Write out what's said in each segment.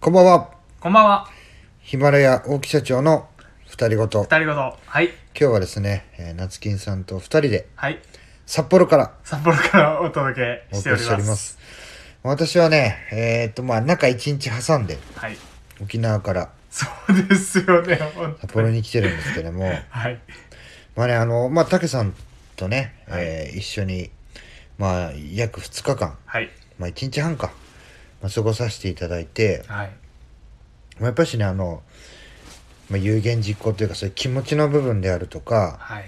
こんばんは。こんばんは。ヒマラヤ大木社長の二人ごと。二人ごと。はい。今日はですね、えー、夏金さんと二人ではい。札幌から札幌からお届おけし送ておりりしておまりす。ます。私はね、えーっと、まあ、中一日挟んではい。沖縄からそうですよね、本札当に。幌に来てるんですけども、はい。まあね、あの、まあ、竹さんとね、はいえー一緒に、まあ、約2日間、はい。まあ、1日半か、まあ、過ごさせていただいて、はい。まあ、やっぱしね、あの、まあ、有言実行というか、そういう気持ちの部分であるとか、はい。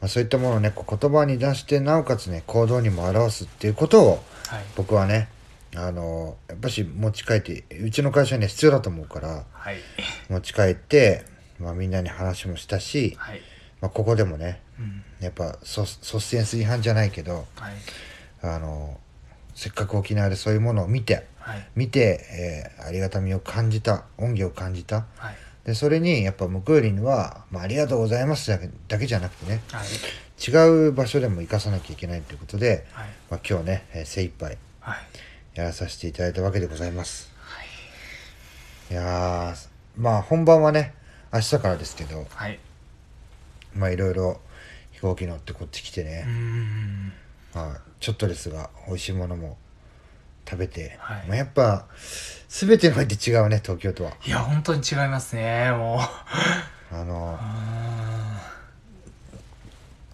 まあ、そういったものをねこう言葉に出してなおかつね行動にも表すっていうことをはい。僕はねあのやっぱし持ち帰ってうちの会社には必要だと思うからはい。持ち帰って、まあ、みんなに話もしたし、はい。まあ、ここでもねうん。やっぱソ率先違反じゃないけどはい。あのせっかく沖縄でそういうものを見てはい。見て、えーありがたみを感じた恩義を感じたはい。でそれにやっぱ向こうよりには、まあ、ありがとうございますだけだけじゃなくてねはい。違う場所でも生かさなきゃいけないということで、はい。まあ、今日ね、えー精一杯はい。やらさせていただいたわけでございますいやーまあ本番はね明日からですけどはい。まあいろいろ飛行機乗ってこっち来てうーね、ん。まあ、ちょっとですが美味しいものも食べて、はいまあ、やっぱ全てにおいて違うね東京とはいや、本当に違いますね、もう。あのあ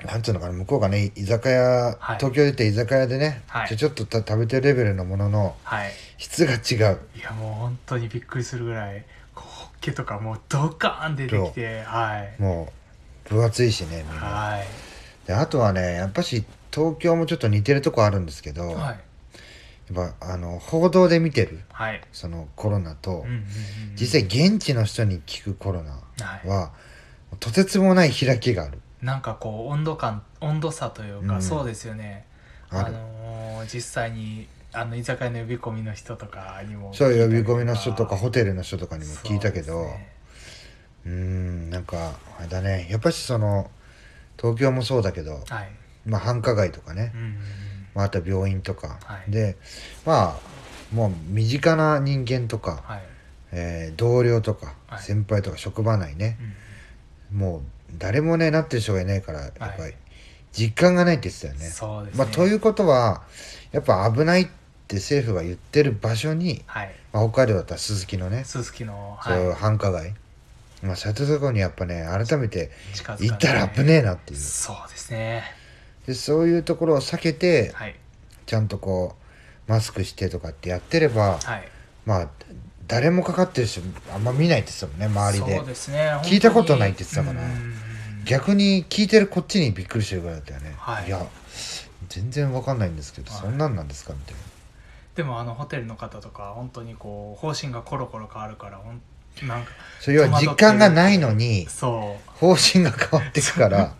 なんていうのかな向こうがね居酒屋、はい東京出て居酒屋でね、はいじゃちょっとた食べてるレベルのもののーはい。質が違ういや、もう本当にびっくりするぐらい、こうホッケとかもうドカーン出てきて、はい。もう分厚いしねみんなはい。であとはねやっぱし東京もちょっと似てるとこあるんですけど、はい。やっぱあの報道で見てるはい。そのコロナと、うんうんうんうん実際現地の人に聞くコロナはい、は、とてつもない開きがあるなんかこう温度感温度差というか、うんそうですよねああるのー実際にあの居酒屋の呼び込みの人とかにもそう呼び聞いたりと込みの人とかホテルの人とかにも聞いたけど,、そううですねんなんかあれだねやっぱしその東京もそうだけど、はい、まあ、繁華街とかねう、んうんうん、まあ、あとは病院とか、はいでまあもう身近な人間とか、はい、えー同僚とか、はい先輩とか職場内ね、うんもう誰もねなってる人がいないからやっぱはりい実感がないって言ってたよね。そうですねまあ、といううことはやっぱ危ないって政府が言ってる場所に、はいまあ、北海道だったら鈴木のね、鈴木の、そういうは繁華街、まあ、そういったところにやっぱね改めてい、近づかない行ったら危ねえなっていうそうですねでそういうところを避けてはいちゃんとこうマスクしてとかってやってればはいまあ誰もかかってる人あんま見ないって言ってたもんね周りでそうですね聞いたことないって言ってたから本当にうんうんうん逆に聞いてるこっちにびっくりしてるぐらいだったよね、はいや全然わかんないんですけど、はいそんなんなんですかみたいなでもあのホテルの方とか本当にこう方針がコロコロ変わるからほんなんかそれは実感がないのにそう方針が変わってく から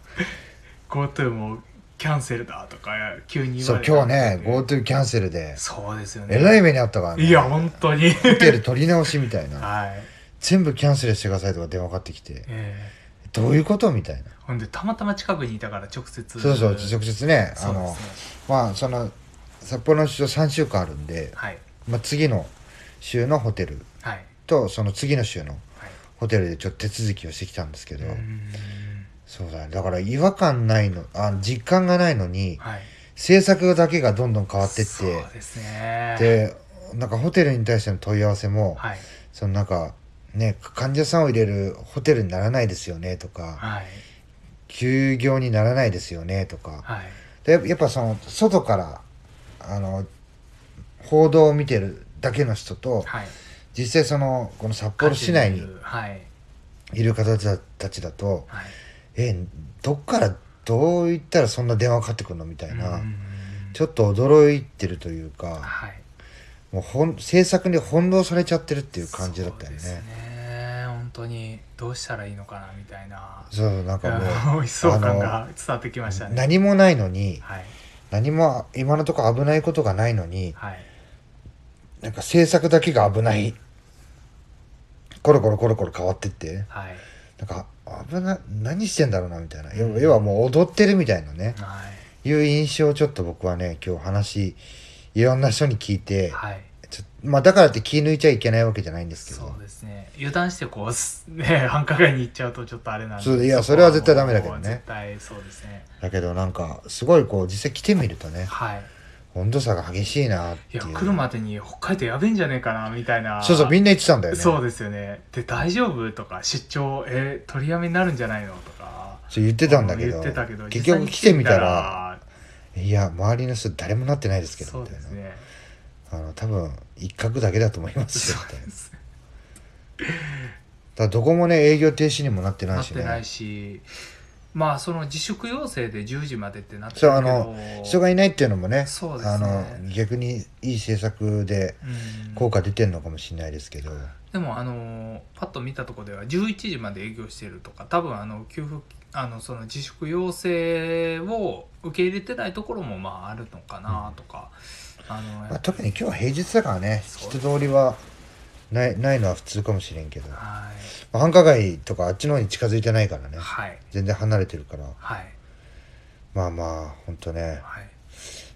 GoTo もキャンセルだとか急に言そわうれた今日んでね GoTo キャンセルでそうですよねえらい目にあったからねいや本当にホテル取り直しみたいなはい、全部キャンセルしてくださいとか電話かかってきてえどういうことみたいなえほんでたまたま近くにいたから直接そうそう直接ねあそうでのすねまあその札幌の出張3週間あるんで、はいまあ、次の週のホテルはいとその次の週のはいホテルでちょっと手続きをしてきたんですけど、うーんそうだねだから違和感ないのあ実感がないのにはい制作だけがどんどん変わってっそうてですねでなんかホテルに対しての問い合わせも、はいそのなんかね患者さんを入れるホテルにならないですよねとかはい休業にならないですよねとかはいでやっぱその外からあの報道を見てるだけの人とはい実際そのこの札幌市内にはいいる方たちだとはいえどっからどう言ったらそんな電話かかってくるのみたいな、うーんちょっと驚いてるというかはいもうほん政策に翻弄されちゃってるっていう感じだったよねそうですね本当にどうしたらいいのかなみたいなそうなんかもおいしそう感が伝わってきましたうね何もないのにはい何も今のところ危ないことがないのにはいなんか政策だけが危ないコロコロコロコロ変わってってはいなんか危な何してんだろうなみたいな要要はもう踊ってるみたいなねはいう印象をちょっと僕はね今日話いろんな人に聞いいてはいちちょまあだからって気抜いちゃいけないわけじゃないんですけどそうですね油断してこうすね 繁華街に行っちゃうとちょっとあれなんでそういやこそれは絶対ダメだけどねもう絶対そうですねだけどなんかすごいこう実際来てみるとねはい温度差が激しいなっいていやう来るまでに北海道やべえんじゃねえかなみたいなそうそうみんな言ってたんだよねそうですよねで大丈夫とか出張えー取りやめになるんじゃないのとかそう言ってたんだけ言どってたけど結局来てみた実ら際に来ていや周りの人誰もなってないですけみたらどそうみたいでなすねあの多分一角だけだと思いますよみたいなですだからどこもね営業停止にもなってなないっしてねないしまあその自粛要請で10時までってなってるそけうどあの人がいないっていうのもねそうですねあの逆にいい政策でうん効果出てるのかもしれないですけど、でもあのパッと見たところでは11時まで営業してるとか多分あの給付あのその自粛要請を受け入れてないところもまああるのかなとか、あのまあ、特に今日は平日だからねそう人通りはないないのは普通かもしれんけど、まはあ繁華街とかあっちの方に近づいてないからねいはい全然離れてるからはいまあまあほんとねはい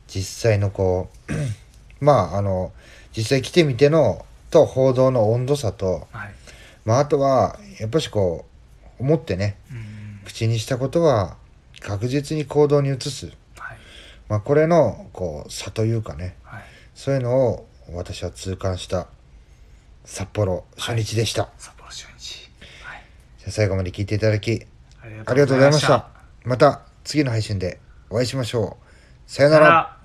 実際のこう まああの実際来てみてのと報道の温度差と、はいまあ、あとはやっぱしこう思ってねうん口にしたことは確実に行動に移す、はいまあ、これのこう差というかねはいそういうのを私は痛感した札幌初日でした、札幌初日はいじゃあ最後まで聞いていただきありありがとうございましたまた次の配信でお会いしましょうさよさなよならら